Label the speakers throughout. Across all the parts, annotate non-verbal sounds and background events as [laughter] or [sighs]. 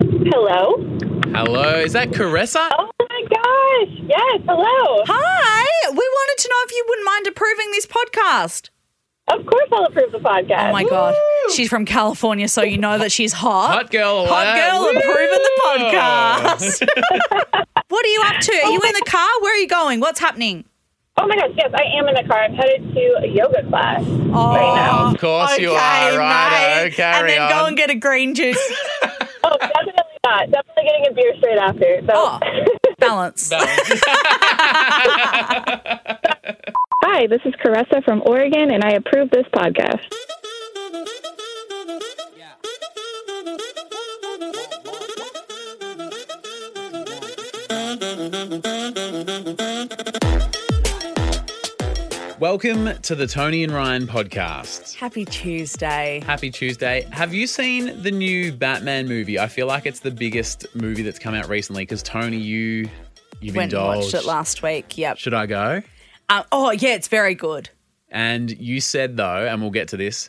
Speaker 1: Hello.
Speaker 2: Hello, is that Caressa?
Speaker 1: Oh my gosh. Yes. Hello.
Speaker 3: Hi, we wanted to know if you wouldn't mind approving this podcast.
Speaker 1: Of course, I'll approve the podcast.
Speaker 3: Oh my god, she's from California, so you know that she's hot.
Speaker 2: Hot girl.
Speaker 3: Hot
Speaker 2: alert.
Speaker 3: girl
Speaker 2: Woo!
Speaker 3: approving the podcast.
Speaker 2: [laughs]
Speaker 3: what are you up to? Are you in the car? Where are you going? What's happening?
Speaker 1: Oh my gosh. Yes, I am in the car. I'm headed to a yoga class.
Speaker 3: Oh,
Speaker 2: Of course you
Speaker 3: okay,
Speaker 2: are, right? uh,
Speaker 3: mate. and then go and get a
Speaker 2: [laughs]
Speaker 3: green juice. [laughs]
Speaker 1: Oh, definitely not. Definitely getting a beer straight after. So.
Speaker 3: Oh, balance.
Speaker 1: [laughs]
Speaker 2: [laughs]
Speaker 1: Hi, this is Caressa from Oregon, and I approve this podcast.
Speaker 2: Welcome to the Tony and Ryan podcast.
Speaker 3: Happy Tuesday.
Speaker 2: Happy Tuesday. Have you seen the new Batman movie? I feel like it's the biggest movie that's come out recently because Tony, you you've
Speaker 3: Went and
Speaker 2: indulged.
Speaker 3: watched it last week. Yep.
Speaker 2: Should I go?
Speaker 3: Um, oh yeah, it's very good.
Speaker 2: And you said though, and we'll get to this,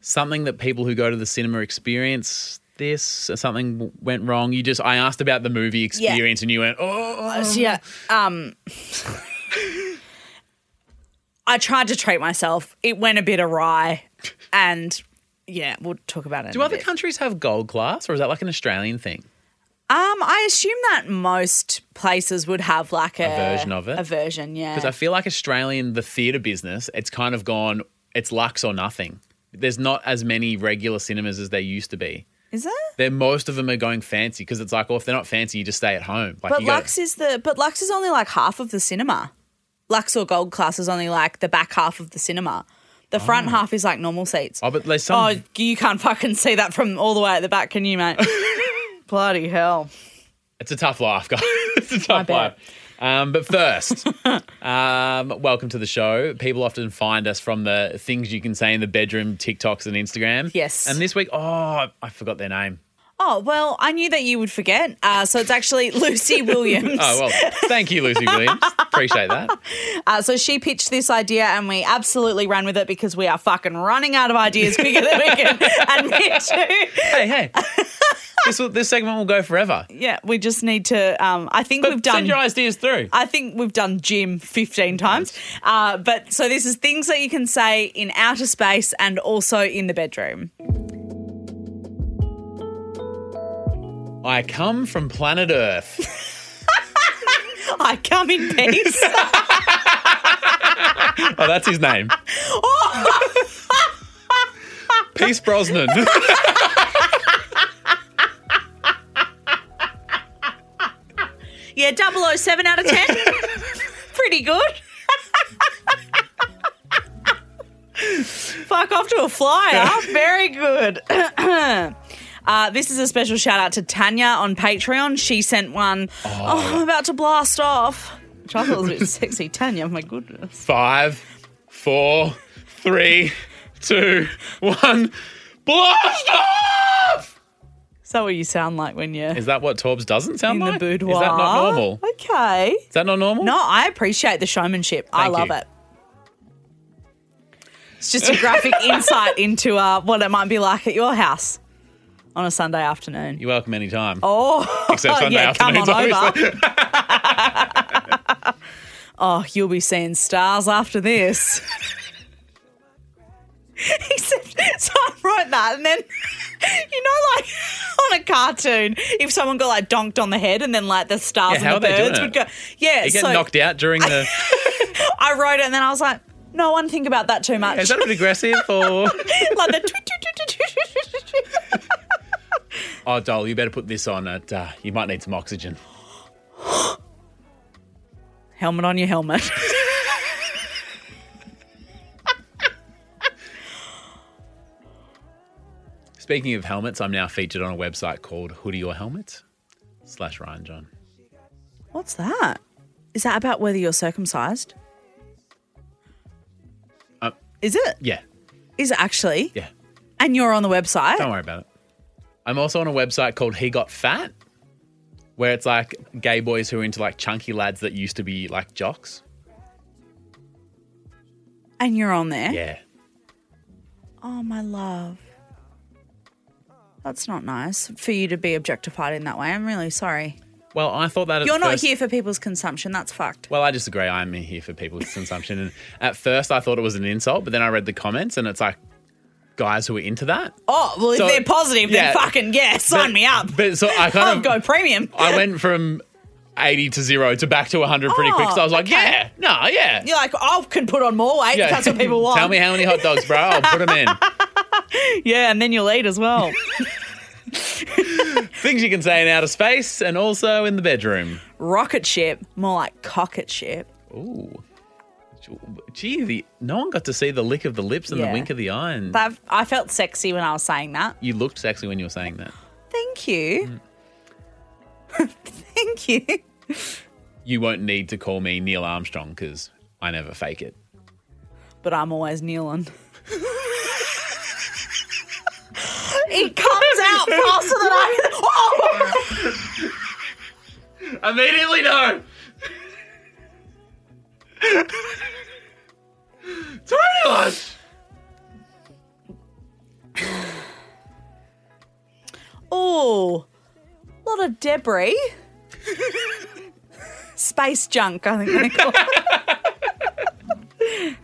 Speaker 2: something that people who go to the cinema experience this or something w- went wrong. You just I asked about the movie experience and you went, "Oh,
Speaker 3: So, yeah. Um, I tried to treat myself. It went a bit awry, and yeah, we'll talk about it.
Speaker 2: do
Speaker 3: in a
Speaker 2: other
Speaker 3: bit.
Speaker 2: countries have gold class or is that like an Australian thing?"
Speaker 3: Um, I assume that most places would have like a,
Speaker 2: version of it?
Speaker 3: A version, yeah.
Speaker 2: Because I feel like Australian, the theatre business, it's kind of gone, it's lux or nothing. There's not as many regular cinemas as there used to be.
Speaker 3: is it?
Speaker 2: They're, most of them are going fancy because it's like, well, if they're not fancy, you just stay at home. Like,
Speaker 3: But
Speaker 2: you gotta-
Speaker 3: Lux is the but Lux is only like half of the cinema. Lux or Gold class is only like the back half of the cinema. The front half is like normal seats.
Speaker 2: Oh, but there's some.
Speaker 3: Oh, you can't fucking see that from all the way at the back, can
Speaker 2: [laughs]
Speaker 3: you, mate? Bloody hell.
Speaker 2: It's a tough life, guys. [laughs] it's a tough life.
Speaker 3: bet.
Speaker 2: Um, but first, [laughs] um, welcome to the show. People often find us from the things you can say in the bedroom, TikToks, and Instagram.
Speaker 3: Yes.
Speaker 2: And this week, oh, I forgot their name.
Speaker 3: Oh, well, I knew that you would forget. Uh, so it's actually [laughs] Lucy Williams.
Speaker 2: [laughs] Oh,
Speaker 3: [laughs]
Speaker 2: well, thank you, Lucy Williams. Appreciate that.
Speaker 3: Uh, so she pitched this idea and we absolutely ran with it because we are fucking running out of ideas quicker than we
Speaker 2: [laughs]
Speaker 3: can admit to.
Speaker 2: hey, hey. this will, this segment will go forever.
Speaker 3: Yeah, we just need to. Um, I think we've done.
Speaker 2: Send your ideas through.
Speaker 3: I think we've done gym 15 times. Uh, but so this is things that you can say in outer space and also in the bedroom.
Speaker 2: I come from planet Earth.
Speaker 3: I come in
Speaker 2: [laughs]
Speaker 3: peace. [laughs]
Speaker 2: Oh, that's his
Speaker 3: [laughs]
Speaker 2: name.
Speaker 3: Oh,
Speaker 2: Peace Brosnan. [laughs]
Speaker 3: yeah, 007 out
Speaker 2: [laughs]
Speaker 3: of 10. Pretty good. Fuck off to a flyer.
Speaker 2: [laughs]
Speaker 3: Very good. [clears throat] Uh, this is a special shout out to Tanya on Patreon. She sent one. Oh, I'm about to blast off. Which I thought was a bit sexy. Tanya, my goodness.
Speaker 2: Five, four, three, two, one. Blast off!
Speaker 3: Is that what you sound like when you're
Speaker 2: Is that what Torbs doesn't sound
Speaker 3: in the
Speaker 2: like?
Speaker 3: boudoir?
Speaker 2: Is that not normal?
Speaker 3: Okay.
Speaker 2: Is that not normal?
Speaker 3: No, I appreciate the showmanship. I
Speaker 2: Thank
Speaker 3: love
Speaker 2: you.
Speaker 3: it. It's just a
Speaker 2: [laughs]
Speaker 3: graphic insight into uh, what it might be like at your house on a Sunday afternoon.
Speaker 2: You're welcome anytime.
Speaker 3: Oh, [laughs]
Speaker 2: Except Sunday
Speaker 3: yeah, come
Speaker 2: afternoons,
Speaker 3: on
Speaker 2: obviously.
Speaker 3: over. [laughs] oh, you'll be seeing stars after this. [laughs] He said- so I wrote that, and then [laughs] you know, like [laughs] on a cartoon, if someone got like donked on the head, and then like the
Speaker 2: Yeah,
Speaker 3: stars
Speaker 2: how are
Speaker 3: and the
Speaker 2: they doing
Speaker 3: birds
Speaker 2: it?
Speaker 3: would go, yeah.
Speaker 2: You get
Speaker 3: so
Speaker 2: knocked out during
Speaker 3: [laughs]
Speaker 2: the.
Speaker 3: I wrote it, and then I was like, no one think about that too much.
Speaker 2: Is
Speaker 3: [laughs]
Speaker 2: that a bit aggressive or? [laughs]
Speaker 3: like the tweet, tweet, tweet, tweet, tweet, tweet, tweet.
Speaker 2: Oh, Dole, you better put this on. At, uh, you might need some oxygen.
Speaker 3: helmet on your helmet. [laughs]
Speaker 2: Speaking of helmets, I'm now featured on a website called Hoodie or Helmet slash Ryan John.
Speaker 3: What's that? Is that about whether you're circumcised?
Speaker 2: Uh,
Speaker 3: is it?
Speaker 2: Yeah,
Speaker 3: Is it actually?
Speaker 2: yeah.
Speaker 3: And you're on the website?
Speaker 2: Don't worry about it. I'm also on a website called He Got Fat, where it's like gay boys who are into like chunky lads that used to be like jocks.
Speaker 3: Eh? And you're on there?
Speaker 2: Yeah.
Speaker 3: Oh, my love. That's not nice for you to be objectified in that way. I'm really sorry.
Speaker 2: Well, I thought that at
Speaker 3: You're not
Speaker 2: first-
Speaker 3: here for people's consumption. That's fucked.
Speaker 2: Well, I disagree. I'm here for people's consumption. And at first, I thought it was an insult, but then I read the comments, and it's like guys who are into that.
Speaker 3: Oh, well,
Speaker 2: So-
Speaker 3: if they're positive,
Speaker 2: yeah.
Speaker 3: then fucking yeah, sign
Speaker 2: But-
Speaker 3: me up.
Speaker 2: But so I
Speaker 3: I'll
Speaker 2: kind
Speaker 3: go
Speaker 2: of
Speaker 3: premium.
Speaker 2: I went from eighty to zero to back to hundred pretty quick. So I was like,
Speaker 3: Oh, okay.
Speaker 2: yeah, no, yeah.
Speaker 3: [laughs] You're like, I can put on more weight.
Speaker 2: yeah.
Speaker 3: That's what people
Speaker 2: [laughs]
Speaker 3: want.
Speaker 2: Tell me how many hot dogs, bro. I'll put
Speaker 3: [laughs]
Speaker 2: them in.
Speaker 3: Yeah, and then you'll eat as well.
Speaker 2: Things you can say in outer space and also in the bedroom.
Speaker 3: [laughs] Rocket ship, more like cocket ship.
Speaker 2: Ooh. Gee, the, no one got to see the lick of the lips and the
Speaker 3: Yeah.
Speaker 2: wink of the eye. And
Speaker 3: That I felt sexy when I was saying that.
Speaker 2: you looked sexy when you were saying that.
Speaker 3: Thank you. Mm. [laughs] Thank you.
Speaker 2: You won't need to call me Neil Armstrong because I never fake it.
Speaker 3: But I'm always [laughs] kneeling. it comes out faster than I can. [laughs] Oh!
Speaker 2: Immediately, no. Tiny lunch.
Speaker 3: Oh, a lot of [laughs] debris. Space junk, I think they call it.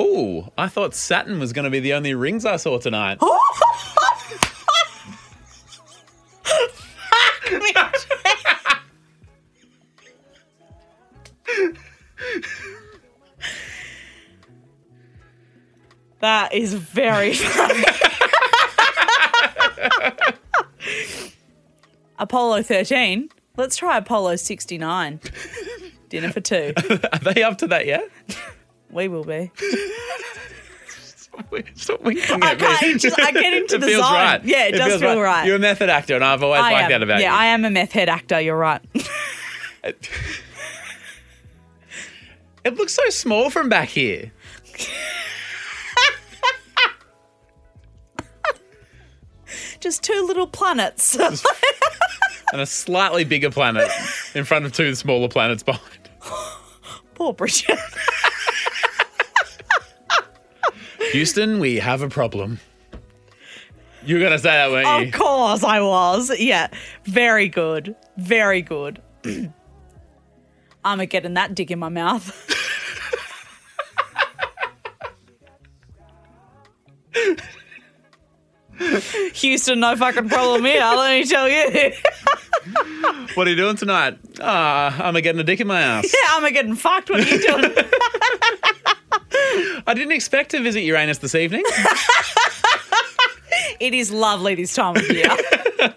Speaker 2: Ooh, I thought Saturn was going to be the only rings I saw tonight.
Speaker 3: That is very [laughs] funny. Apollo 13. Let's try Apollo 69. Dinner for two.
Speaker 2: Are they up to that yet?
Speaker 3: We will be.
Speaker 2: Stop winking
Speaker 3: I
Speaker 2: at me.
Speaker 3: can't, it's just- I get
Speaker 2: [laughs]
Speaker 3: into
Speaker 2: it
Speaker 3: the
Speaker 2: feels
Speaker 3: zone.
Speaker 2: right.
Speaker 3: Yeah, it, does
Speaker 2: feels
Speaker 3: feel right.
Speaker 2: You're a method actor, and I've always
Speaker 3: I
Speaker 2: liked
Speaker 3: am.
Speaker 2: that about
Speaker 3: yeah,
Speaker 2: you.
Speaker 3: I am a meth head actor. You're right. [laughs]
Speaker 2: It looks so small from back here. [laughs]
Speaker 3: Just two little planets. [laughs]
Speaker 2: And a slightly bigger planet in front of two smaller planets behind.
Speaker 3: Poor Bridget.
Speaker 2: Houston, we have a problem. You were going to say that, weren't you?
Speaker 3: Of course I was. Yeah. Very good. Very good. [clears throat] I'm a getting that dick in my mouth. [laughs] Houston, no fucking problem here, let me tell you. [laughs] yeah,
Speaker 2: What are you doing tonight? Ah, I'm getting a dick in my
Speaker 3: [laughs]
Speaker 2: ass.
Speaker 3: I'm a getting fucked. What are you doing?
Speaker 2: I didn't expect to visit Uranus this
Speaker 3: [laughs]
Speaker 2: evening.
Speaker 3: it is lovely this time of year. [laughs]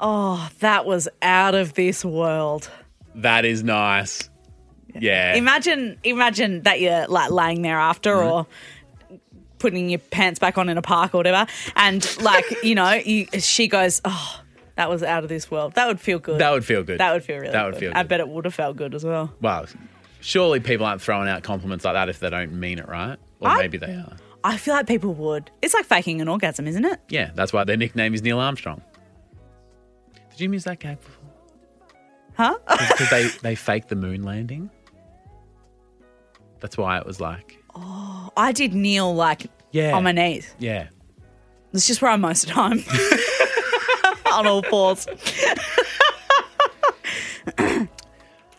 Speaker 3: oh, that was out of this world.
Speaker 2: that is nice. Yeah.
Speaker 3: Imagine, imagine that you're like laying there after, or putting your pants back on in a park or whatever, and like you know, you, she goes, "Oh, that was out of this world." That would feel good.
Speaker 2: that would feel good.
Speaker 3: That would feel really.
Speaker 2: That would
Speaker 3: good.
Speaker 2: feel
Speaker 3: I
Speaker 2: good.
Speaker 3: bet it would have felt good as well.
Speaker 2: Well, surely people aren't throwing out compliments like that if they don't mean it, right? Or
Speaker 3: I-
Speaker 2: maybe they are.
Speaker 3: I feel like people would. It's like faking an orgasm, isn't it?
Speaker 2: Yeah, that's why their nickname is Neil Armstrong. Did you miss that gag before? [laughs]
Speaker 3: Huh?
Speaker 2: Because they, they faked the moon landing. That's why it was like,
Speaker 3: I did kneel like
Speaker 2: yeah.
Speaker 3: on my knees.
Speaker 2: Yeah.
Speaker 3: It's just where I'm most of the
Speaker 2: [laughs]
Speaker 3: time. [laughs] on all fours.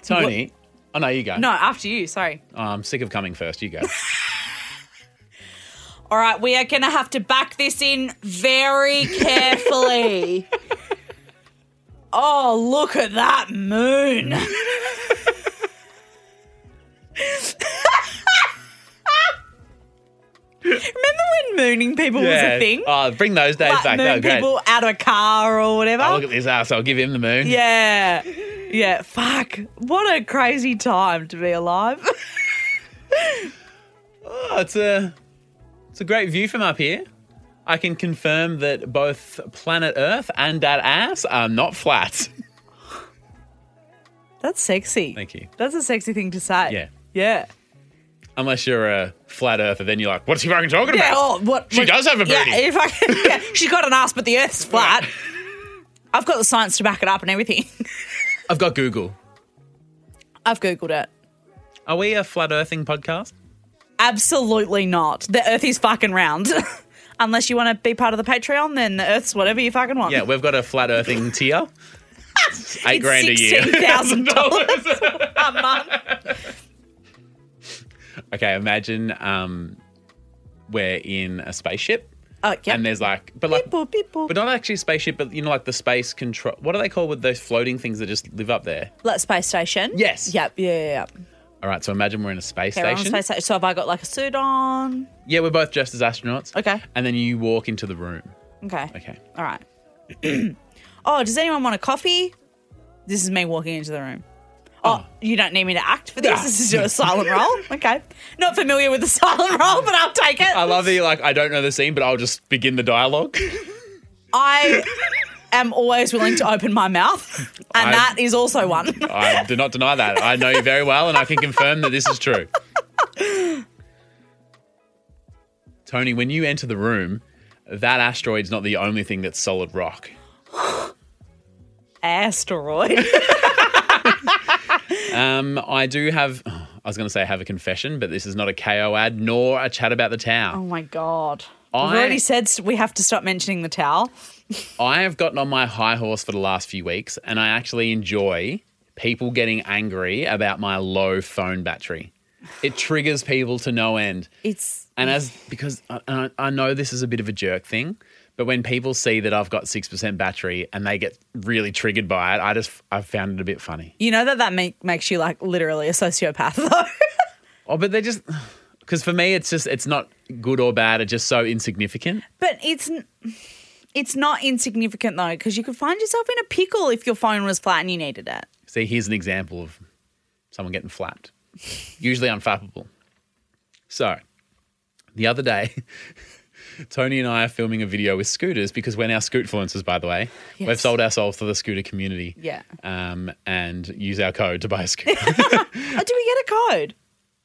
Speaker 2: Tony. Oh, no, you go.
Speaker 3: No, after you. Sorry.
Speaker 2: Oh, I'm sick of coming first.
Speaker 3: [laughs]
Speaker 2: You go.
Speaker 3: All right, we are going to have to back this in
Speaker 2: [laughs]
Speaker 3: very carefully. oh, look at
Speaker 2: [laughs]
Speaker 3: that moon. Remember when mooning people was a thing?
Speaker 2: Oh, bring those days
Speaker 3: like
Speaker 2: back. That
Speaker 3: moon
Speaker 2: was great.
Speaker 3: people out of a car or whatever.
Speaker 2: Oh, look at this ass. I'll give him the moon.
Speaker 3: Yeah. Yeah. Fuck. What a crazy time to be alive. [laughs]
Speaker 2: Oh, it's a it's a great view from up here. I can confirm that both planet Earth and that ass are not flat. [laughs]
Speaker 3: That's sexy.
Speaker 2: Thank you.
Speaker 3: That's a sexy thing to say.
Speaker 2: Yeah.
Speaker 3: Yeah.
Speaker 2: Unless you're a flat earther, then you're like, what's she fucking talking
Speaker 3: Yeah.
Speaker 2: about?
Speaker 3: Oh, what?
Speaker 2: She
Speaker 3: what-
Speaker 2: does have a
Speaker 3: Yeah,
Speaker 2: booty.
Speaker 3: if I,
Speaker 2: [laughs]
Speaker 3: yeah. She's got an ass, but the earth's flat. I've got the science to back it up and everything. [laughs]
Speaker 2: I've got Google.
Speaker 3: I've Googled it.
Speaker 2: Are we a flat earthing podcast?
Speaker 3: Absolutely not. The Earth is fucking round. [laughs] Unless you want to be part of the Patreon, then the Earth's whatever you fucking want.
Speaker 2: Yeah, we've got a flat
Speaker 3: [laughs]
Speaker 2: earthing tier. It's Eight grand a year. [laughs]
Speaker 3: $16,000 [laughs] a month.
Speaker 2: Okay, imagine um, we're in a spaceship
Speaker 3: Oh, yeah.
Speaker 2: and there's like, but like,
Speaker 3: Beep boop, beep boop.
Speaker 2: but not actually a spaceship, but you know, like the space control. What are they called with those floating things that just live up there?
Speaker 3: Like space station.
Speaker 2: Yes.
Speaker 3: Yep. Yeah. Yeah. yeah. Okay,
Speaker 2: All right, so imagine we're in a space
Speaker 3: we're on
Speaker 2: station.
Speaker 3: space sta- So have I got like a suit on?
Speaker 2: Yeah, we're both dressed as astronauts.
Speaker 3: Okay.
Speaker 2: And then you walk into the room.
Speaker 3: Okay.
Speaker 2: Okay.
Speaker 3: All right. [clears throat] oh, does anyone want a coffee? This is me walking into the room. Oh, you don't need me to act for this.
Speaker 2: Nah.
Speaker 3: This is your silent roll.
Speaker 2: [laughs]
Speaker 3: Okay. Not familiar with the silent roll, but I'll take it.
Speaker 2: I love that you're like, I don't know the scene, but I'll just begin the dialogue.
Speaker 3: I am always willing to open my mouth, and
Speaker 2: I-
Speaker 3: that is also one. [laughs]
Speaker 2: I do not deny that. I know you very well, and I can confirm that this is true. Tony, when you enter the room, that asteroid's not the only thing that's solid rock. [laughs]
Speaker 3: Asteroid.
Speaker 2: Um, I do have. I was going to say I have a confession, but this is not a KO ad nor a chat about the
Speaker 3: Oh
Speaker 2: tower.
Speaker 3: my god. I've
Speaker 2: I-
Speaker 3: already said s- we have to stop mentioning the towel.
Speaker 2: I have gotten on my high horse for the last few weeks, and I actually enjoy people getting angry about my low phone battery. It triggers people to no end.
Speaker 3: It's
Speaker 2: And as because I- I, I know this is a bit of a jerk thing, but when people see that I've got six percent battery and they get really triggered by it, I just I found it a bit funny.
Speaker 3: you know that that make, makes you like literally a sociopath [laughs] though.
Speaker 2: Oh, but they just [sighs] because for me it's just it's not good or bad. It's just so insignificant.
Speaker 3: But it's n- it's not insignificant though, because you could find yourself in a pickle if your phone was flat and you needed it.
Speaker 2: See, here's an example of someone getting flapped. Usually unflappable. So, the other day, [laughs] Tony and I are filming a video with scooters because we're now scootfluencers, by the way. We've
Speaker 3: Yes.
Speaker 2: sold ourselves to the scooter community.
Speaker 3: Yeah.
Speaker 2: Um, and use our code to buy a scooter. [laughs]
Speaker 3: Oh, do we get a code?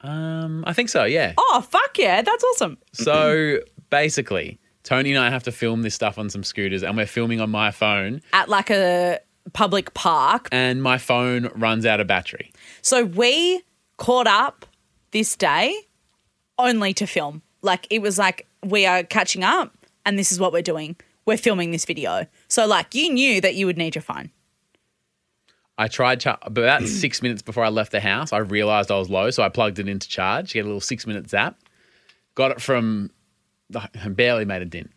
Speaker 2: um, I think so, yeah.
Speaker 3: Oh fuck yeah, that's awesome.
Speaker 2: So basically, Tony and I have to film this stuff on some scooters, and we're filming on my phone,
Speaker 3: At like a public park.
Speaker 2: and my phone runs out of battery.
Speaker 3: So we caught up this day only to film. Like it was like we are catching up and this is what we're doing. We're filming this video. So like you knew that you would need your phone.
Speaker 2: I tried char- but about [clears throat] six minutes before I left the house. I realized I was low, so I plugged it into charge. Get a little six minute zap. Got it from barely made a dent.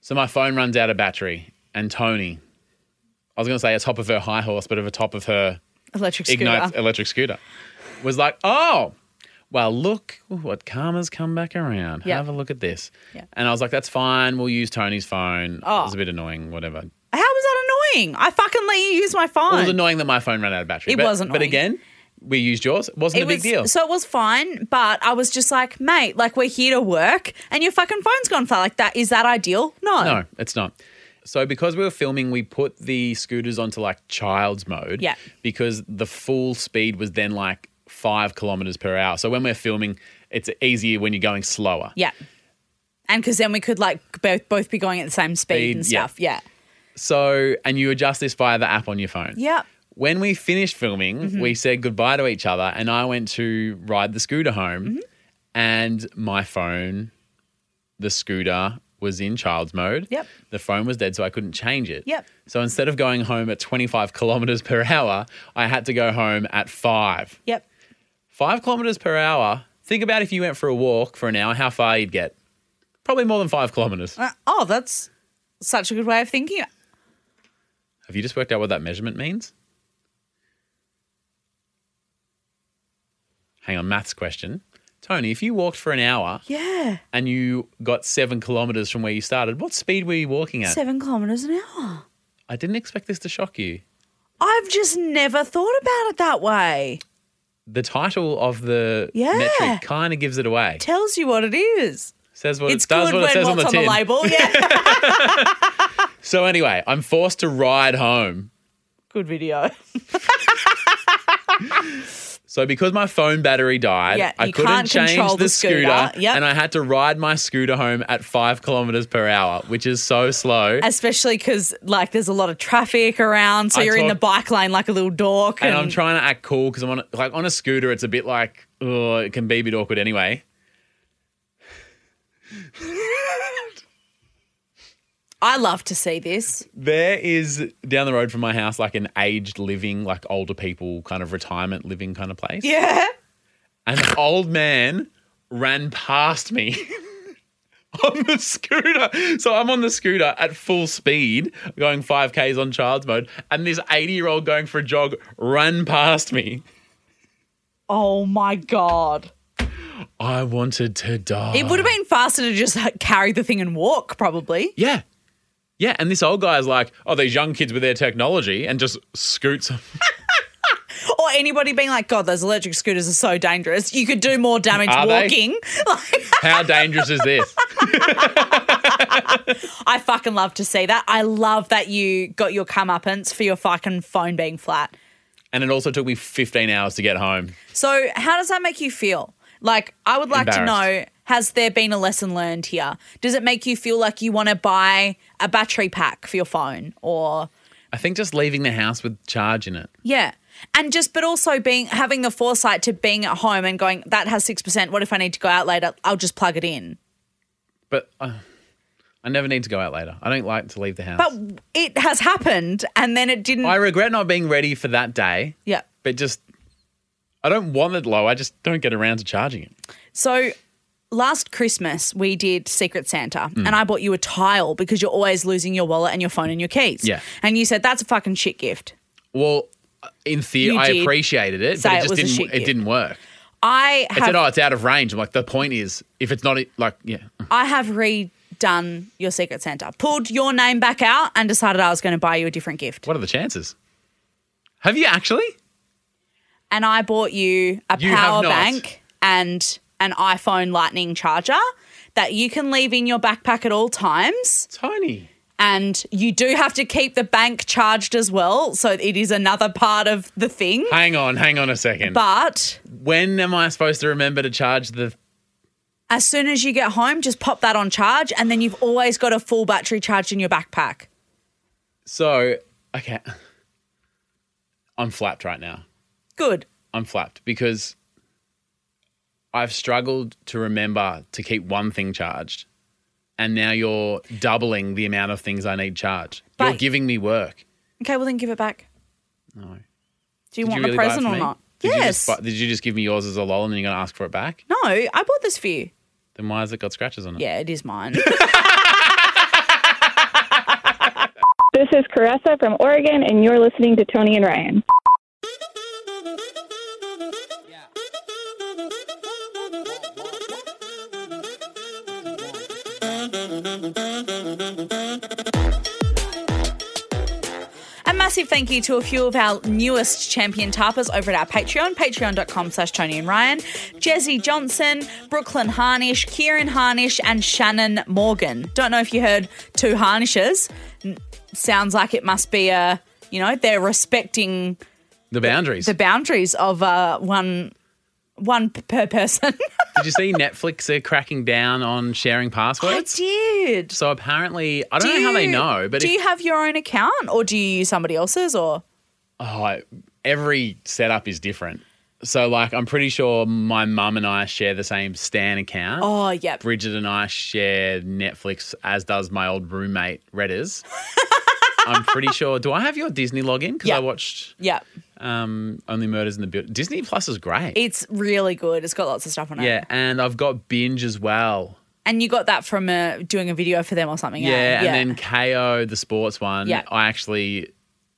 Speaker 2: So my phone runs out of battery, and Tony, I was going to say a top of her high horse, but of a top of her
Speaker 3: Electric scooter.
Speaker 2: Ignite electric scooter, was like, oh. Well, look what karma's come back around.
Speaker 3: Yeah.
Speaker 2: Have a look at this.
Speaker 3: Yeah.
Speaker 2: And I was like, that's fine. We'll use Tony's phone. It
Speaker 3: Oh.
Speaker 2: was a bit annoying, whatever.
Speaker 3: How was that annoying? I fucking let you use my phone.
Speaker 2: It was annoying that my phone ran out of battery.
Speaker 3: It
Speaker 2: but,
Speaker 3: was
Speaker 2: But
Speaker 3: annoying.
Speaker 2: again, we used yours. It wasn't a big
Speaker 3: was,
Speaker 2: deal.
Speaker 3: So it was fine, but I was just like, mate, like we're here to work and your fucking phone's gone flat. Like that is that ideal? No.
Speaker 2: no, it's not. So because we were filming, we put the scooters onto like child's mode.
Speaker 3: Yeah.
Speaker 2: Because the full speed was then like five kilometers per hour. So when we're filming, it's easier when you're going slower.
Speaker 3: Yeah. And because then we could like both both be going at the same speed,
Speaker 2: Speed,
Speaker 3: and
Speaker 2: yeah.
Speaker 3: stuff. Yeah.
Speaker 2: So and you adjust this via the app on your phone.
Speaker 3: Yeah.
Speaker 2: When we finished filming,
Speaker 3: Mm-hmm.
Speaker 2: we said goodbye to each other, and I went to ride the scooter home,
Speaker 3: Mm-hmm.
Speaker 2: and my phone, the scooter was in child's mode.
Speaker 3: Yep.
Speaker 2: The phone was dead, so I couldn't change it.
Speaker 3: Yep.
Speaker 2: So instead of going home at 25 kilometers per hour, I had to go home at five.
Speaker 3: Yep.
Speaker 2: Five kilometers per hour. Think about if you went for a walk for an hour, how far you'd get. Probably more than five kilometers.
Speaker 3: Uh, oh, that's such a good way of thinking.
Speaker 2: Have you just worked out what that measurement means? Hang on, maths question. Tony, if you walked for an hour
Speaker 3: Yeah.
Speaker 2: and you got seven kilometers from where you started, what speed were you walking at?
Speaker 3: Seven kilometers an hour.
Speaker 2: I didn't expect this to shock you.
Speaker 3: I've just never thought about it that way.
Speaker 2: The title of the
Speaker 3: Yeah.
Speaker 2: metric kind of gives it away.
Speaker 3: Tells you what it is.
Speaker 2: Says what
Speaker 3: It's
Speaker 2: it does
Speaker 3: good
Speaker 2: what it
Speaker 3: when
Speaker 2: says
Speaker 3: what's
Speaker 2: on the tin. [laughs]
Speaker 3: label. Yeah.
Speaker 2: So anyway, I'm forced to ride home.
Speaker 3: good video.
Speaker 2: So because my phone battery died,
Speaker 3: Yeah,
Speaker 2: I
Speaker 3: you
Speaker 2: couldn't
Speaker 3: can't
Speaker 2: change
Speaker 3: control
Speaker 2: the,
Speaker 3: the
Speaker 2: scooter,
Speaker 3: scooter. Yep.
Speaker 2: and I had to ride my scooter home at five kilometers per hour, which is so slow.
Speaker 3: especially because like there's a lot of traffic around, so
Speaker 2: I
Speaker 3: you're in the
Speaker 2: talk-
Speaker 3: bike lane like a little dork.
Speaker 2: and I'm trying to act cool because I'm on a, like on a scooter. It's a bit like oh, it can be a bit awkward anyway.
Speaker 3: I love to see this.
Speaker 2: There is down the road from my house, like an aged living, like older people kind of retirement living kind of place.
Speaker 3: Yeah.
Speaker 2: An old man ran past me [laughs] on the scooter. So I'm on the scooter at full speed, going 5Ks on child's mode, and this 80 year old going for a jog ran past me.
Speaker 3: [laughs] Oh my god.
Speaker 2: I wanted to die.
Speaker 3: It would have been faster to just h- carry the thing and walk, probably.
Speaker 2: Yeah. Yeah. And this old guy's like, oh, these young kids with their technology and just scoots.
Speaker 3: Or anybody being like, God, those electric scooters are so dangerous. You could do more damage
Speaker 2: Are they?
Speaker 3: walking. [laughs] Like,
Speaker 2: [laughs] How dangerous is this?
Speaker 3: I fucking love to see that. I love that you got your comeuppance for your fucking phone being flat.
Speaker 2: And it also took me 15 hours to get home.
Speaker 3: So, how does that make you feel? Like, I would like to know
Speaker 2: Embarrassed.
Speaker 3: has there been a lesson learned here? Does it make you feel like you want to buy a battery pack for your phone or,
Speaker 2: I think just leaving the house with charge in it.
Speaker 3: yeah. And just, but also being, having the foresight to being at home and going, that has 6%. What if I need to go out later? I'll just plug it in.
Speaker 2: But uh, I never need to go out later. I don't like to leave the house.
Speaker 3: But it has happened and then it didn't.
Speaker 2: I regret not being ready for that day,
Speaker 3: yeah.
Speaker 2: but just, I don't want it low. I just don't get around to charging it.
Speaker 3: So last Christmas we did Secret Santa
Speaker 2: Mm.
Speaker 3: and I bought you a tile because you're always losing your wallet and your phone and your keys.
Speaker 2: Yeah.
Speaker 3: And you said that's a fucking shit gift.
Speaker 2: Well, uh, in theory,
Speaker 3: You
Speaker 2: I
Speaker 3: did
Speaker 2: appreciated it,
Speaker 3: say
Speaker 2: but
Speaker 3: it
Speaker 2: it just
Speaker 3: was a
Speaker 2: didn't.
Speaker 3: shit
Speaker 2: it
Speaker 3: gift.
Speaker 2: didn't work.
Speaker 3: I
Speaker 2: It
Speaker 3: have
Speaker 2: said, "Oh, it's out of range." I'm like, the point is, if it's not like, yeah,
Speaker 3: I have redone your Secret Santa. Pulled your name back out and decided I was going to buy you a different gift.
Speaker 2: what are the chances? Have you actually?
Speaker 3: And I bought you a
Speaker 2: You have
Speaker 3: power
Speaker 2: not.
Speaker 3: bank and an iPhone lightning charger that you can leave in your backpack at all times.
Speaker 2: Tony.
Speaker 3: and you do have to keep the bank charged as well. So it is another part of the thing.
Speaker 2: Hang on, hang on a second.
Speaker 3: But
Speaker 2: when am I supposed to remember to charge the?
Speaker 3: as soon as you get home, just pop that on charge, and then you've always got a full battery charged in your backpack.
Speaker 2: So okay, I'm flapped right now.
Speaker 3: Good.
Speaker 2: I'm flapped because I've struggled to remember to keep one thing charged, and now you're doubling the amount of things I need charged. You're
Speaker 3: But-
Speaker 2: giving me work.
Speaker 3: Okay, well, then give it back.
Speaker 2: No.
Speaker 3: Do you
Speaker 2: Did
Speaker 3: want
Speaker 2: really
Speaker 3: the
Speaker 2: buy it
Speaker 3: present
Speaker 2: for
Speaker 3: or
Speaker 2: me?
Speaker 3: not?
Speaker 2: Did You just,
Speaker 3: yes.
Speaker 2: buy- did you just give me yours as a lol and then you're going to ask for it back?
Speaker 3: no, I bought this for you.
Speaker 2: Then why has it got scratches on it?
Speaker 3: Yeah, it is mine.
Speaker 2: [laughs]
Speaker 1: This is Caressa from Oregon, and you're listening to Tony and Ryan.
Speaker 3: A massive thank you to a few of our newest champion tarpers over at our Patreon, patreon.com slash Tony and Ryan, Jezzy Johnson, Brooklyn Harnish, Kieran Harnish, and Shannon Morgan. Don't know if you heard two harnishes. N- Sounds like it must be a, you know, they're respecting
Speaker 2: The boundaries.
Speaker 3: the boundaries of uh, one one p- per person. [laughs]
Speaker 2: did you see Netflix are cracking down on sharing
Speaker 3: I
Speaker 2: passwords?
Speaker 3: did.
Speaker 2: So apparently, I don't know how they know, but
Speaker 3: do
Speaker 2: if,
Speaker 3: you have your own account or do you use somebody else's or
Speaker 2: oh, I- every setup is different. So, like, I'm pretty sure my mum and I share the same Stan account.
Speaker 3: oh yep
Speaker 2: Bridget and I share Netflix, as does my old roommate,
Speaker 3: [laughs]
Speaker 2: Redders. I'm pretty sure. Do I have your Disney login? Because
Speaker 3: Yeah.
Speaker 2: I watched
Speaker 3: yep
Speaker 2: um, Only Murders in the Building. Disney Plus is great.
Speaker 3: It's really good. It's got lots of stuff on it.
Speaker 2: Yeah, and I've got binge as well.
Speaker 3: And you got that from uh, doing a video for them or something.
Speaker 2: Yeah, and then KO, the sports one,
Speaker 3: Yeah.
Speaker 2: I actually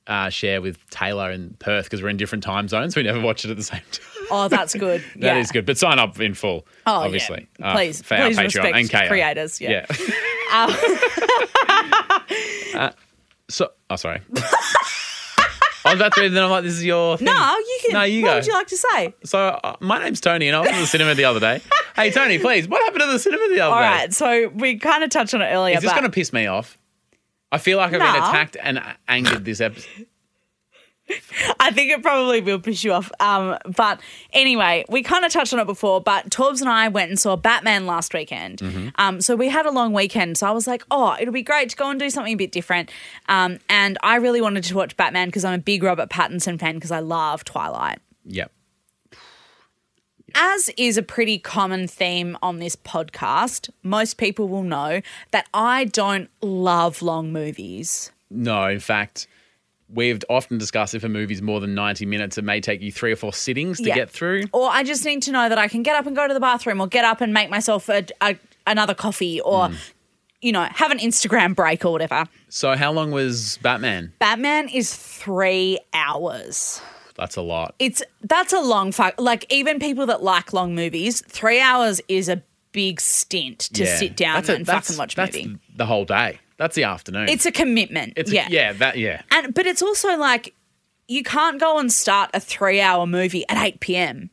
Speaker 2: uh, share with Taylor in Perth because we're in different time zones. We never watch it at the same [laughs] time.
Speaker 3: oh, that's good. That
Speaker 2: [laughs]
Speaker 3: is
Speaker 2: That is good, but sign up in full,
Speaker 3: Oh, yeah.
Speaker 2: obviously. Uh,
Speaker 3: Please-
Speaker 2: for our
Speaker 3: please
Speaker 2: Patreon
Speaker 3: respect
Speaker 2: and KO.
Speaker 3: creators, yeah. [laughs]
Speaker 2: Uh, so, oh, sorry. I was about to read, then I'm like, this is your thing.
Speaker 3: No, you can.
Speaker 2: No, you
Speaker 3: what
Speaker 2: go.
Speaker 3: would you like to say?
Speaker 2: So, uh, my name's Tony, and I was in the cinema the other day. Hey, Tony, please, what happened to the cinema the other
Speaker 3: All
Speaker 2: day?
Speaker 3: right. So we kind of touched on it earlier.
Speaker 2: Is this
Speaker 3: but
Speaker 2: going to piss me off? I feel like I've been
Speaker 3: No.
Speaker 2: attacked and a- angered this episode.
Speaker 3: I think it probably will piss you off. Um, but anyway, we kind of touched on it before, but Torbs and I went and saw Batman last weekend. Um, so we had a long weekend. So I was like, oh, it'll be great to go and do something a bit different. Um, and I really wanted to watch Batman because I'm a big Robert Pattinson fan because I love Twilight.
Speaker 2: Yep.
Speaker 3: As is a pretty common theme on this podcast, most people will know that I don't love long movies.
Speaker 2: No, in fact, we've often discussed if a movie's more than 90 minutes, it may take you three or four sittings to
Speaker 3: Yeah.
Speaker 2: get through.
Speaker 3: Or I just need to know that I can get up and go to the bathroom or get up and make myself a, a, another coffee or,
Speaker 2: Mm.
Speaker 3: you know, have an Instagram break or whatever.
Speaker 2: So, how long was Batman?
Speaker 3: Batman is three hours.
Speaker 2: That's a lot.
Speaker 3: It's that's a long fuck. Like even people that like long movies, three hours is a big stint to
Speaker 2: Yeah.
Speaker 3: sit down
Speaker 2: That's a-
Speaker 3: and
Speaker 2: that's-
Speaker 3: fucking watch a
Speaker 2: that's
Speaker 3: movie.
Speaker 2: The whole day. That's the afternoon.
Speaker 3: it's a commitment.
Speaker 2: It's a-
Speaker 3: yeah,
Speaker 2: yeah, that yeah.
Speaker 3: And but it's also like you can't go and start a three-hour movie at eight p.m.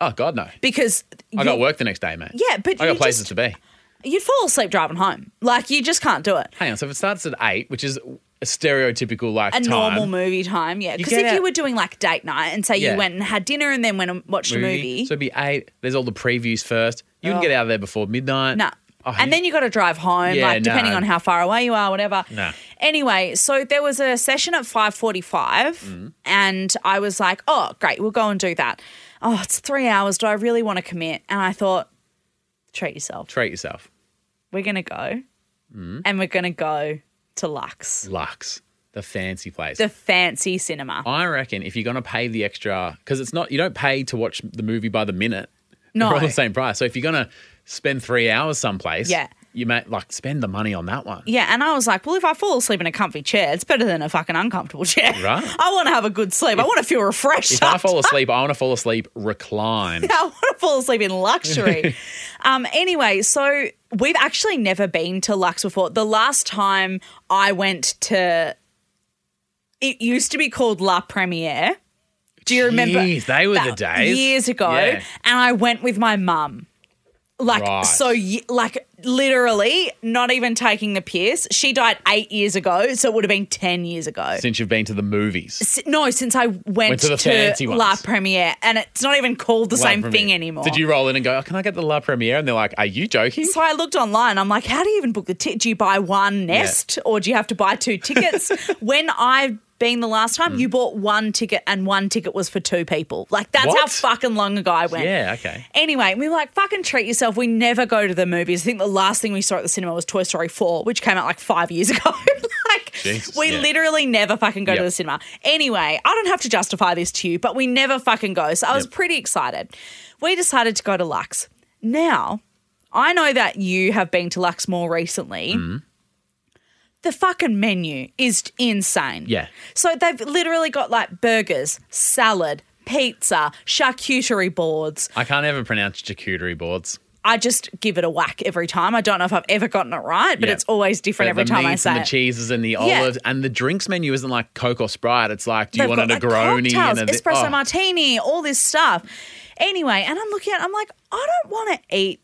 Speaker 2: Oh God, no.
Speaker 3: because
Speaker 2: I got
Speaker 3: you-
Speaker 2: work the next day, mate.
Speaker 3: Yeah, but
Speaker 2: I
Speaker 3: you
Speaker 2: got places
Speaker 3: just-
Speaker 2: to be.
Speaker 3: You'd fall asleep driving home. Like you just can't do it.
Speaker 2: Hang on. So if it starts at eight, which is a stereotypical like
Speaker 3: A
Speaker 2: time,
Speaker 3: normal movie time, yeah. Because
Speaker 2: get
Speaker 3: if you
Speaker 2: out-
Speaker 3: were doing like date night and say
Speaker 2: Yeah.
Speaker 3: you went and had dinner and then went and watched a movie,
Speaker 2: So it'd be eight. There's all the previews first. You
Speaker 3: Oh.
Speaker 2: can get out of there before midnight.
Speaker 3: No.
Speaker 2: Oh,
Speaker 3: and then you got to drive home,
Speaker 2: Yeah,
Speaker 3: like depending
Speaker 2: no.
Speaker 3: on how far away you are, whatever.
Speaker 2: No.
Speaker 3: Anyway, so there was a session at five forty-five,
Speaker 2: Mm.
Speaker 3: and I was like, "Oh, great, we'll go and do that." Oh, it's three hours. Do I really want to commit? And I thought, treat yourself.
Speaker 2: treat yourself.
Speaker 3: We're gonna go,
Speaker 2: Mm.
Speaker 3: and we're gonna go to Lux,
Speaker 2: Lux, the fancy place.
Speaker 3: the fancy cinema.
Speaker 2: I reckon if you're going to pay the extra, because it's not, you don't pay to watch the movie by the minute.
Speaker 3: No.
Speaker 2: They're all the same price. So if you're going to spend three hours someplace,
Speaker 3: Yeah.
Speaker 2: you may like spend the money on that one.
Speaker 3: Yeah, and I was like, well, if I fall asleep in a comfy chair, it's better than a fucking uncomfortable chair.
Speaker 2: Right.
Speaker 3: [laughs] I want to have a good sleep. I want to feel refreshed.
Speaker 2: If I fall asleep, I want to fall asleep reclined.
Speaker 3: [laughs] I want to fall asleep in luxury.
Speaker 2: [laughs]
Speaker 3: um, anyway, so we've actually never been to Lux before. The last time I went to, it used to be called La Premiere. Do [laughs] you remember?
Speaker 2: Jeez, they were the
Speaker 3: that-
Speaker 2: days.
Speaker 3: years ago,
Speaker 2: Yeah.
Speaker 3: and I went with my mum. Like
Speaker 2: Right.
Speaker 3: so, y- like literally, not even taking the piss. She died eight years ago, so it would have been ten years ago.
Speaker 2: Since you've been to the movies,
Speaker 3: S- no, since I went,
Speaker 2: to the fancy
Speaker 3: La
Speaker 2: ones.
Speaker 3: Premiere, and it's not even called the
Speaker 2: La
Speaker 3: same thing
Speaker 2: Premiere.
Speaker 3: anymore.
Speaker 2: Did you roll in and go, oh, "Can I get the La Premiere?" And they're like, "Are you joking?"
Speaker 3: So I looked online. I'm like, how do you even book the ticket? Do you buy one nest or do you have to buy
Speaker 2: [laughs]
Speaker 3: two tickets? when I've been the last
Speaker 2: Hmm.
Speaker 3: time, you bought one ticket and one ticket was for two people. Like, that's how
Speaker 2: What?
Speaker 3: fucking long ago I went.
Speaker 2: Yeah, okay.
Speaker 3: Anyway, we were like, fucking treat yourself. We never go to the movies. I think the last thing we saw at the cinema was Toy Story 4, which came out like five years [laughs] ago. like,
Speaker 2: Jesus,
Speaker 3: we
Speaker 2: yeah.
Speaker 3: literally never fucking go to
Speaker 2: Yep.
Speaker 3: the cinema. Anyway, I don't have to justify this to you, but we never fucking go. So I was
Speaker 2: Yep.
Speaker 3: pretty excited. We decided to go to Lux. Now, I know that you have been to Lux more recently.
Speaker 2: Mm-hmm.
Speaker 3: The fucking menu is insane.
Speaker 2: Yeah.
Speaker 3: So they've literally got like burgers, salad, pizza, charcuterie boards,
Speaker 2: I can't ever pronounce charcuterie boards.
Speaker 3: I just give it a whack every time. I don't know if I've ever gotten it right, but
Speaker 2: Yeah.
Speaker 3: it's always different every
Speaker 2: the
Speaker 3: time I
Speaker 2: meats
Speaker 3: say
Speaker 2: and
Speaker 3: it.
Speaker 2: the cheeses and the olives and the drinks menu isn't like Coke or Sprite. It's like, do you
Speaker 3: They've
Speaker 2: want a
Speaker 3: got, like,
Speaker 2: Negroni
Speaker 3: cocktails,
Speaker 2: and a thi-
Speaker 3: espresso
Speaker 2: oh.
Speaker 3: martini, all this stuff. Anyway, and I'm looking at, I'm like, I don't want to eat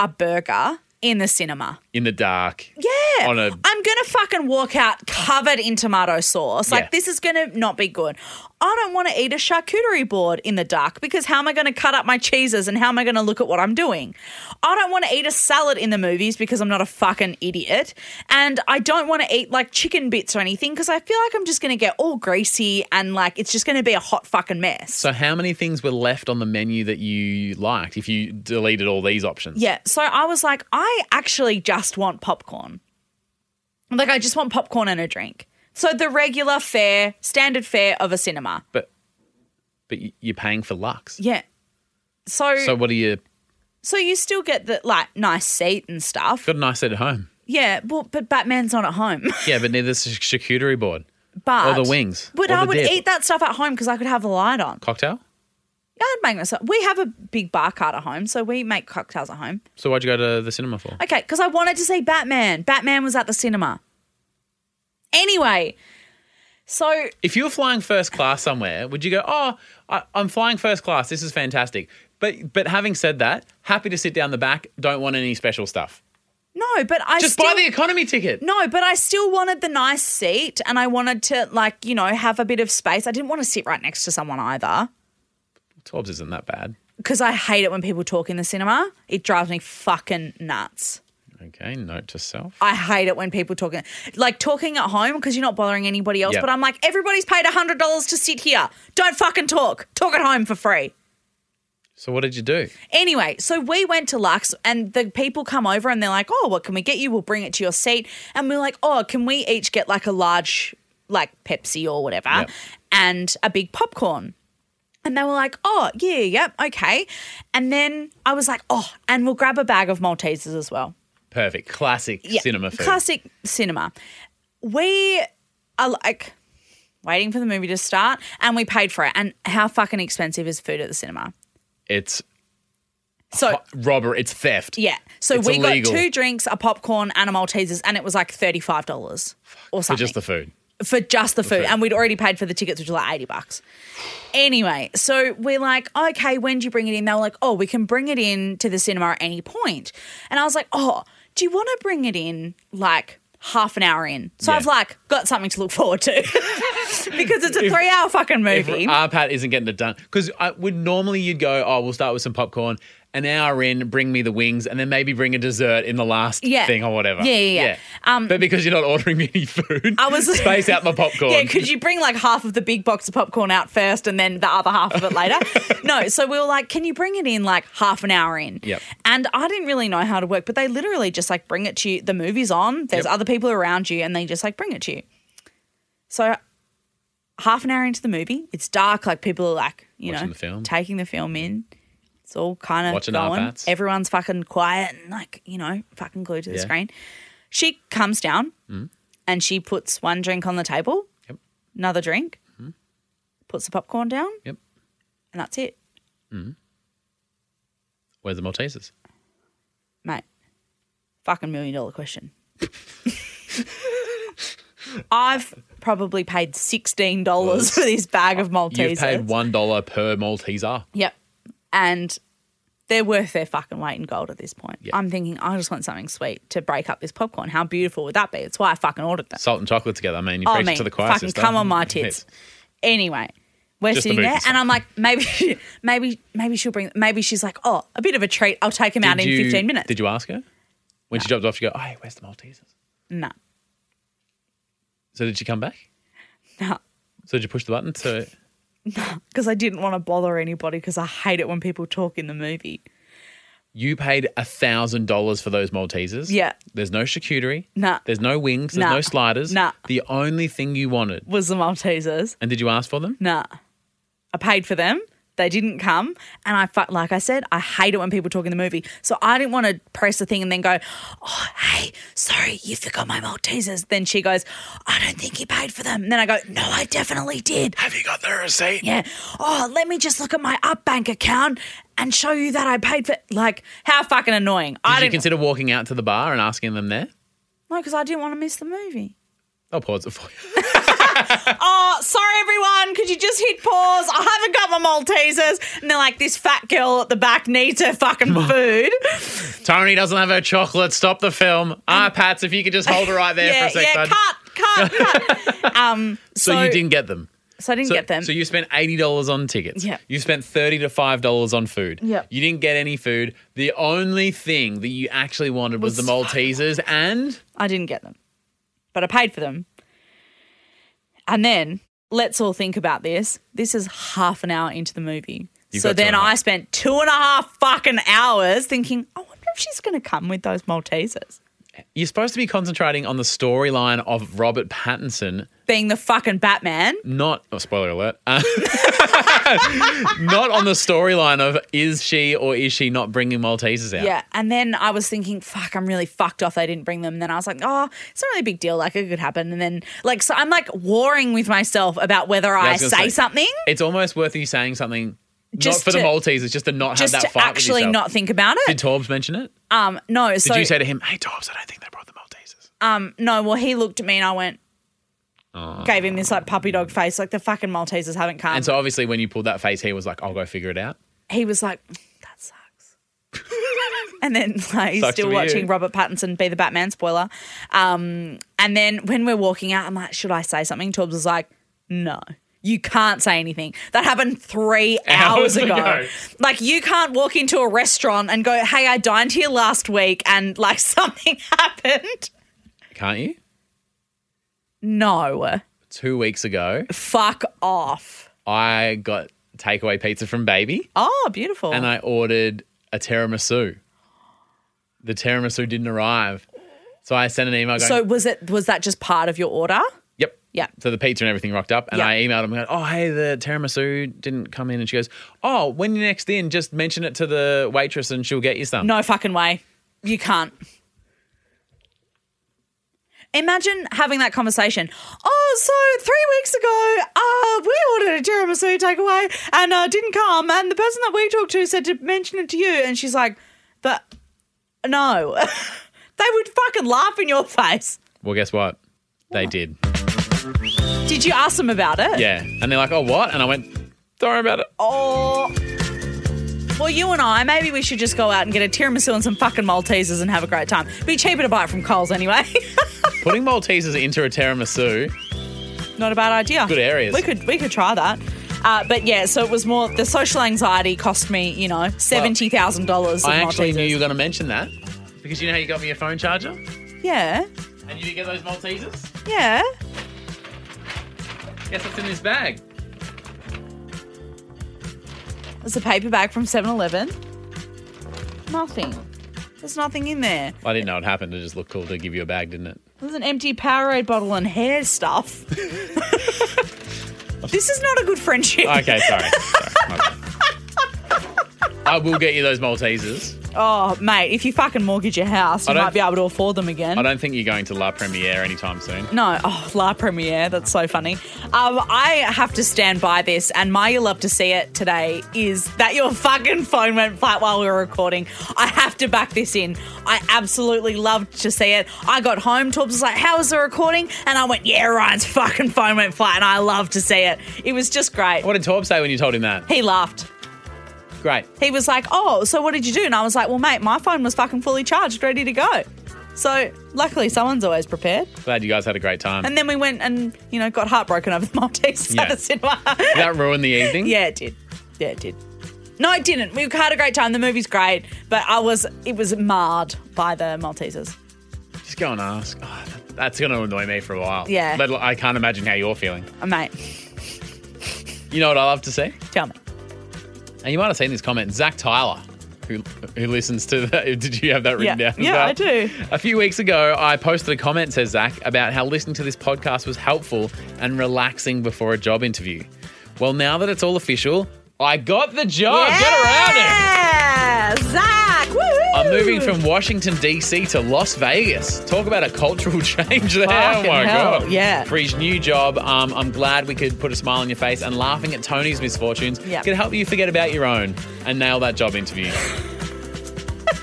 Speaker 3: a burger in the cinema.
Speaker 2: in the dark?
Speaker 3: Yeah.
Speaker 2: On a
Speaker 3: I'm going to fucking walk out covered in tomato sauce. Like,
Speaker 2: Yeah.
Speaker 3: this is going to not be good. I don't want to eat a charcuterie board in the dark because how am I going to cut up my cheeses and how am I going to look at what I'm doing? I don't want to eat a salad in the movies because I'm not a fucking idiot. And I don't want to eat like chicken bits or anything because I feel like I'm just going to get all greasy and like it's just going to be a hot fucking mess.
Speaker 2: So how many things were left on the menu that you liked if you deleted all these options?
Speaker 3: Yeah. So I was like, I actually just want popcorn. I'm Like, I just want popcorn and a drink. So the regular fare, standard fare of a cinema.
Speaker 2: But but y- you're paying for Lux.
Speaker 3: Yeah. So,
Speaker 2: So
Speaker 3: so,
Speaker 2: what are you
Speaker 3: you still get the like nice seat and stuff.
Speaker 2: got a nice set at home?
Speaker 3: Yeah, well, but Batman's not at home. [laughs]
Speaker 2: Yeah, but neither's a charcuterie board.
Speaker 3: but
Speaker 2: Or the wings.
Speaker 3: But
Speaker 2: Or
Speaker 3: I
Speaker 2: the
Speaker 3: would
Speaker 2: dip.
Speaker 3: eat that stuff at home because I could have the light on.
Speaker 2: Cocktail?
Speaker 3: Yeah, I'd make myself. We have a big bar cart at home, so we make cocktails at home.
Speaker 2: So why'd you go to the cinema for?
Speaker 3: Okay, because I wanted to see Batman. Batman was at the cinema. Anyway, so
Speaker 2: If you were flying first class somewhere, would you go, "Oh, I, I'm flying first class. This is fantastic." But but having said that, happy to sit down the back. Don't want any special stuff.
Speaker 3: No, but I
Speaker 2: Just
Speaker 3: still,
Speaker 2: buy the economy ticket.
Speaker 3: no, but I still wanted the nice seat, and I wanted to like you know have a bit of space. I didn't want to sit right next to someone either
Speaker 2: Torbs isn't that bad.
Speaker 3: because I hate it when people talk in the cinema. It drives me fucking nuts.
Speaker 2: Okay, note to self.
Speaker 3: I hate it when people talking like talking at home because you're not bothering anybody else.
Speaker 2: Yep.
Speaker 3: But I'm like, everybody's paid hundred dollars to sit here. Don't fucking talk. Talk at home for free.
Speaker 2: So what did you do?
Speaker 3: Anyway, so we went to Lux and the people come over and they're like, oh, what can we get you? We'll bring it to your seat. And we're like, oh, can we each get like a large, like Pepsi or whatever
Speaker 2: Yep.
Speaker 3: and a big popcorn? And they were like, oh, yeah, yep, okay. And then I was like, oh, and we'll grab a bag of Maltesers as well.
Speaker 2: Perfect. Classic cinema food.
Speaker 3: Classic cinema. We are like waiting for the movie to start and we paid for it. And how fucking expensive is food at the cinema?
Speaker 2: It's
Speaker 3: So
Speaker 2: robbery. It's theft.
Speaker 3: Yeah. So
Speaker 2: It's
Speaker 3: we
Speaker 2: illegal.
Speaker 3: got two drinks, a popcorn, and a Maltesers, and it was like thirty-five dollars or
Speaker 2: For
Speaker 3: something
Speaker 2: just the food.
Speaker 3: for just the food.
Speaker 2: food.
Speaker 3: And we'd already paid for the tickets, which were like 80 bucks. Anyway, so we're like, okay, when do you bring it in? They were like, oh, we can bring it in to the cinema at any point. And I was like, oh, do you want to bring it in like half an hour in? So
Speaker 2: Yeah.
Speaker 3: I've like got something to look forward to [laughs] because it's a three hour fucking
Speaker 2: If
Speaker 3: movie.
Speaker 2: our Pat isn't getting it done, because would normally you'd go, oh, we'll start with some popcorn. An hour in, bring me the wings, and then maybe bring a dessert in the last
Speaker 3: Yeah.
Speaker 2: thing or whatever.
Speaker 3: Yeah, yeah, yeah. Um,
Speaker 2: but because you're not ordering [laughs] me any food,
Speaker 3: I was
Speaker 2: space out my popcorn.
Speaker 3: [laughs] Yeah, could you bring like half of the big box of popcorn out first and then the other half of
Speaker 2: [laughs]
Speaker 3: it later? no, so we were like, can you bring it in like half an hour in?
Speaker 2: Yep.
Speaker 3: And I didn't really know how to work, but they literally just like bring it to you. The movie's on, there's
Speaker 2: Yep.
Speaker 3: other people around you, and they just like bring it to you. So half an hour into the movie, it's dark, like people are like, you
Speaker 2: Watching
Speaker 3: know,
Speaker 2: the film.
Speaker 3: taking the film in. It's all kind of
Speaker 2: Watching
Speaker 3: going.
Speaker 2: iPads.
Speaker 3: Everyone's fucking quiet and like, you know, fucking glued to the
Speaker 2: Yeah. Mm.
Speaker 3: screen. She comes down and she puts one drink on the table,
Speaker 2: Yep.
Speaker 3: another drink,
Speaker 2: Mm-hmm.
Speaker 3: puts the popcorn down,
Speaker 2: Yep.
Speaker 3: and that's it,
Speaker 2: Where's the Maltesers?
Speaker 3: mate. Fucking million dollar question.
Speaker 2: [laughs]
Speaker 3: I've probably paid sixteen dollars for this bag of Maltesers.
Speaker 2: You've paid one dollar per Malteser.
Speaker 3: Yep. And they're worth their fucking weight in gold at this point. I'm thinking, I just want something sweet to break up this popcorn. How beautiful would that be? It's why I fucking ordered that.
Speaker 2: Salt and chocolate together. I mean, you
Speaker 3: Oh,
Speaker 2: preach
Speaker 3: man,
Speaker 2: to the choir,
Speaker 3: fucking
Speaker 2: sister.
Speaker 3: come on
Speaker 2: [laughs]
Speaker 3: my tits. Anyway, we're
Speaker 2: Just the
Speaker 3: sitting there,
Speaker 2: movie
Speaker 3: and I'm like, maybe, [laughs] maybe, maybe she'll bring. Maybe she's like, oh, a bit of a treat. I'll take him out
Speaker 2: Did
Speaker 3: in
Speaker 2: you-
Speaker 3: 15 minutes.
Speaker 2: Did you ask her when she dropped off? You go, oh, hey, where's the Maltesers?
Speaker 3: [laughs] No,
Speaker 2: So did she come back?
Speaker 3: no,
Speaker 2: So did you push the button? So
Speaker 3: because I didn't want to bother anybody because I hate it when people talk in the movie.
Speaker 2: you paid a thousand dollars for those Maltesers.
Speaker 3: Yeah.
Speaker 2: There's no charcuterie.
Speaker 3: Nah.
Speaker 2: There's no wings. There's
Speaker 3: Nah.
Speaker 2: no sliders.
Speaker 3: Nah.
Speaker 2: The only thing you wanted.
Speaker 3: Was the Maltesers?
Speaker 2: And did you ask for them?
Speaker 3: Nah, I paid for them. They didn't come, and I fu- like I said, I hate it when people talk in the movie. So I didn't want to press the thing and then go, "Oh, hey, sorry, you forgot my Maltesers." Then she goes, "I don't think you paid for them." And then I go, "No, I definitely did."
Speaker 2: Have you got the receipt?
Speaker 3: Yeah. Oh, let me just look at my up bank account and show you that I paid for. Like, how fucking annoying!
Speaker 2: Did
Speaker 3: I
Speaker 2: you
Speaker 3: didn't
Speaker 2: consider walking out to the bar and asking them there?
Speaker 3: no, because I didn't want to miss the movie.
Speaker 2: I'll pause it for you.
Speaker 3: Oh, sorry, everyone. Could you just hit pause? I haven't got my Maltesers, and they're like, "This fat girl at the back needs
Speaker 2: [laughs]
Speaker 3: her fucking food."
Speaker 2: Tony doesn't have her chocolate. Stop the film. Ah, Pats, if you could just hold her right there
Speaker 3: Um, [laughs] yeah,
Speaker 2: for a second.
Speaker 3: yeah.
Speaker 2: [laughs]
Speaker 3: Cut, cut, cut. um, so,
Speaker 2: so, you didn't get them.
Speaker 3: So I didn't
Speaker 2: So,
Speaker 3: get them.
Speaker 2: so you spent eighty dollars on tickets.
Speaker 3: Yeah.
Speaker 2: You spent thirty to five dollars on food.
Speaker 3: Yeah.
Speaker 2: You didn't get any food. The only thing that you actually wanted was,
Speaker 3: Was
Speaker 2: the Maltesers and
Speaker 3: I didn't get them, but I paid for them. And then let's all think about this. This is half an hour into the movie.
Speaker 2: You've
Speaker 3: so
Speaker 2: got two
Speaker 3: then
Speaker 2: and a half.
Speaker 3: I spent two and a half fucking hours thinking, I wonder if she's going to come with those Maltesers.
Speaker 2: you're supposed to be concentrating on the storyline of Robert Pattinson,
Speaker 3: Being the fucking Batman.
Speaker 2: not oh, spoiler alert. [laughs] Uh, not on the storyline of is she or is she not bringing Maltesers out?
Speaker 3: Yeah. And then I was thinking, fuck, I'm really fucked off. They didn't bring them. And then I was like, oh, it's not really a big deal. Like, it could happen. And then, like, so I'm like warring with myself about whether I,
Speaker 2: was
Speaker 3: say,
Speaker 2: gonna say,
Speaker 3: something
Speaker 2: It's almost worth you saying something
Speaker 3: Just
Speaker 2: not for
Speaker 3: to-
Speaker 2: the Maltesers, just to not
Speaker 3: just
Speaker 2: have that
Speaker 3: to
Speaker 2: fight with
Speaker 3: actually
Speaker 2: yourself.
Speaker 3: not think about
Speaker 2: Did
Speaker 3: it.
Speaker 2: Torbs mention it?
Speaker 3: um, no.
Speaker 2: Did
Speaker 3: so
Speaker 2: you say to him, "Hey Torbs, I don't think they brought the Maltesers"?
Speaker 3: Um, no, well, he looked at me and I went,
Speaker 2: Oh.
Speaker 3: gave him this like puppy dog face, like the fucking Maltesers haven't come.
Speaker 2: And so obviously when you pulled that face, he was like, I'll go figure it out.
Speaker 3: he was like, that sucks. [laughs] and then like, he's
Speaker 2: Sucks to
Speaker 3: still
Speaker 2: be you.
Speaker 3: watching Robert Pattinson be the Batman spoiler. Um, and then when we're walking out, I'm like, should I say something? Torbs was like, no. You can't say anything. That happened three
Speaker 2: [laughs] Hours
Speaker 3: hours, ago.
Speaker 2: ago.
Speaker 3: Like you can't walk into a restaurant and go, "Hey, I dined here last week and like [laughs] something happened."
Speaker 2: Can't you?
Speaker 3: No.
Speaker 2: Two weeks ago,
Speaker 3: Fuck off.
Speaker 2: I got takeaway pizza from Baby,
Speaker 3: Oh, beautiful.
Speaker 2: and I ordered a tiramisu. The tiramisu didn't arrive, so I sent an email going,
Speaker 3: so was it was that just part of your order?
Speaker 2: "Yep,
Speaker 3: Yeah.
Speaker 2: So the pizza and everything rocked up, and
Speaker 3: Yeah.
Speaker 2: I emailed him going, "Oh, hey, the tiramisu didn't come in." And she goes, "Oh, when you're next in, just mention it to the waitress, and she'll get you some."
Speaker 3: No fucking way. You can't. Imagine having that conversation. Oh, so three weeks ago, uh, we ordered a tiramisu takeaway and uh, didn't come. And the person that we talked to said to mention it to you, and she's like, "But no, [laughs] they would fucking laugh in your face."
Speaker 2: Well, guess what? They did.
Speaker 3: Did you ask them about it?
Speaker 2: Yeah, and they're like, "Oh, what?" And I went, "Sorry about it."
Speaker 3: Oh. Well, you and I, maybe we should just go out and get a tiramisu and some fucking Maltesers and have a great time. Be cheaper to buy it from Coles anyway. [laughs]
Speaker 2: Putting Maltesers into a tiramisu.
Speaker 3: Not a bad idea.
Speaker 2: Good areas.
Speaker 3: We could we could try that. Uh, but yeah, so it was more the social anxiety cost me, you know, seventy thousand dollars.
Speaker 2: I actually knew you were going to mention that because you know how you got me a phone charger and
Speaker 3: Yeah,
Speaker 2: you didn't get those Maltesers.
Speaker 3: yeah.
Speaker 2: Guess what's in this bag?
Speaker 3: It's a paper bag from 7-Eleven. Nothing. There's nothing in there.
Speaker 2: I didn't know it happened. It just looked cool to give you a bag, didn't it?
Speaker 3: There's an empty Powerade bottle and hair
Speaker 2: [laughs]
Speaker 3: stuff. this is not a good friendship.
Speaker 2: Okay,
Speaker 3: [laughs]
Speaker 2: sorry. sorry. my bad. I will get you those Maltesers.
Speaker 3: Oh, mate, if you fucking mortgage your house,
Speaker 2: I
Speaker 3: you
Speaker 2: don't-
Speaker 3: might be able to afford them again.
Speaker 2: I don't think you're going to La Premiere anytime soon.
Speaker 3: No, oh, La Premiere. That's so funny. Um, I have to stand by this, and my you love to see it today is that your fucking phone went flat while we were recording. I have to back this in. I absolutely loved to see it. I got home, Torbs was like, "How was the recording?" And I went, "Yeah, Ryan's fucking phone went flat," and I love to see it. It was just great.
Speaker 2: What did Torb say when you told him that?
Speaker 3: He laughed.
Speaker 2: Great.
Speaker 3: He was like, "Oh, so what did you do?" And I was like, "Well, mate, my phone was fucking fully charged, ready to go." So luckily, someone's always prepared.
Speaker 2: Glad you guys had a great time.
Speaker 3: And then we went and, you know, got heartbroken over the Maltese
Speaker 2: Yeah.
Speaker 3: at the [laughs] cinema.
Speaker 2: that ruined the evening.
Speaker 3: yeah, it did. Yeah, it did. No, it didn't. We had a great time. The movie's great, but I was it was marred by the Maltesers.
Speaker 2: Just go and ask. Oh, that- that's going to annoy me for a while.
Speaker 3: Yeah.
Speaker 2: Let al- I can't imagine how you're feeling.
Speaker 3: Oh, mate,
Speaker 2: You know what I love to see?
Speaker 3: tell me.
Speaker 2: And you might have seen this comment. Zach Tyler, who, who listens to that. [laughs] Did you have that written
Speaker 3: Yeah.
Speaker 2: down? as
Speaker 3: Yeah,
Speaker 2: well?
Speaker 3: I do.
Speaker 2: A few weeks ago, I posted a comment, says Zach, about how listening to this podcast was helpful and relaxing before a job interview. Well, now that it's all official, I got the job. Oh, Get around it.
Speaker 3: Yeah, Zach. Woohoo!
Speaker 2: I'm moving from Washington, D.C. to Las Vegas. Talk about a cultural [laughs] change there.
Speaker 3: Fucking
Speaker 2: oh, my
Speaker 3: hell,
Speaker 2: God.
Speaker 3: yeah.
Speaker 2: For his new job, um, I'm glad we could put a smile on your face and laughing at Tony's misfortunes
Speaker 3: Yep.
Speaker 2: could help you forget about your own and nail that job interview.
Speaker 3: [laughs]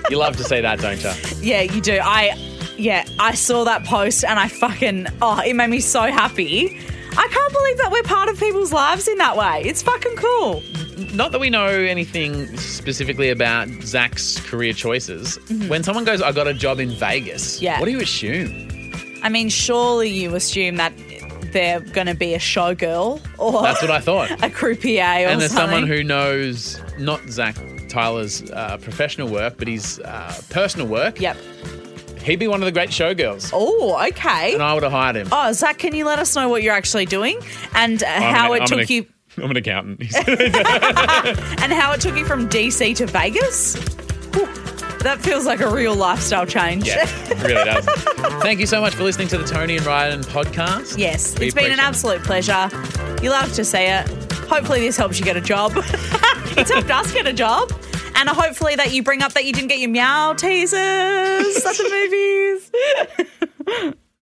Speaker 2: you love to see that, don't you?
Speaker 3: Yeah, you do. I yeah, I saw that post and I fucking oh, it made me so happy. I can't believe that we're part of people's lives in that way. It's fucking cool.
Speaker 2: Not that we know anything specifically about Zach's career choices. When someone goes, I got a job in Vegas,
Speaker 3: Mm-hmm. Yeah.
Speaker 2: what do you
Speaker 3: [laughs]
Speaker 2: assume?
Speaker 3: I mean, surely you assume that they're going to be a showgirl or
Speaker 2: That's what I thought.
Speaker 3: a croupier or
Speaker 2: and there's
Speaker 3: something.
Speaker 2: someone who knows not Zach Tyler's uh, professional work, but his uh, personal work.
Speaker 3: Yep.
Speaker 2: He'd be one of the great showgirls.
Speaker 3: Oh, okay.
Speaker 2: And I would have hired him.
Speaker 3: Oh, Zach, can you let us know what you're actually doing and uh, how it took you
Speaker 2: [laughs] I'm an
Speaker 3: [laughs]
Speaker 2: accountant.
Speaker 3: and how it took you from DC to Vegas? Whew. That feels like a real lifestyle change.
Speaker 2: yeah, it really does. Thank you so much for listening to the Tony and Ryan podcast.
Speaker 3: yes,
Speaker 2: We
Speaker 3: it's
Speaker 2: appreciate
Speaker 3: been an
Speaker 2: it.
Speaker 3: absolute pleasure. You love to see it. Hopefully, this helps you get a job. [laughs] it's helped us get a job. And hopefully [laughs] that you bring up that you didn't get your meow teasers at the movies.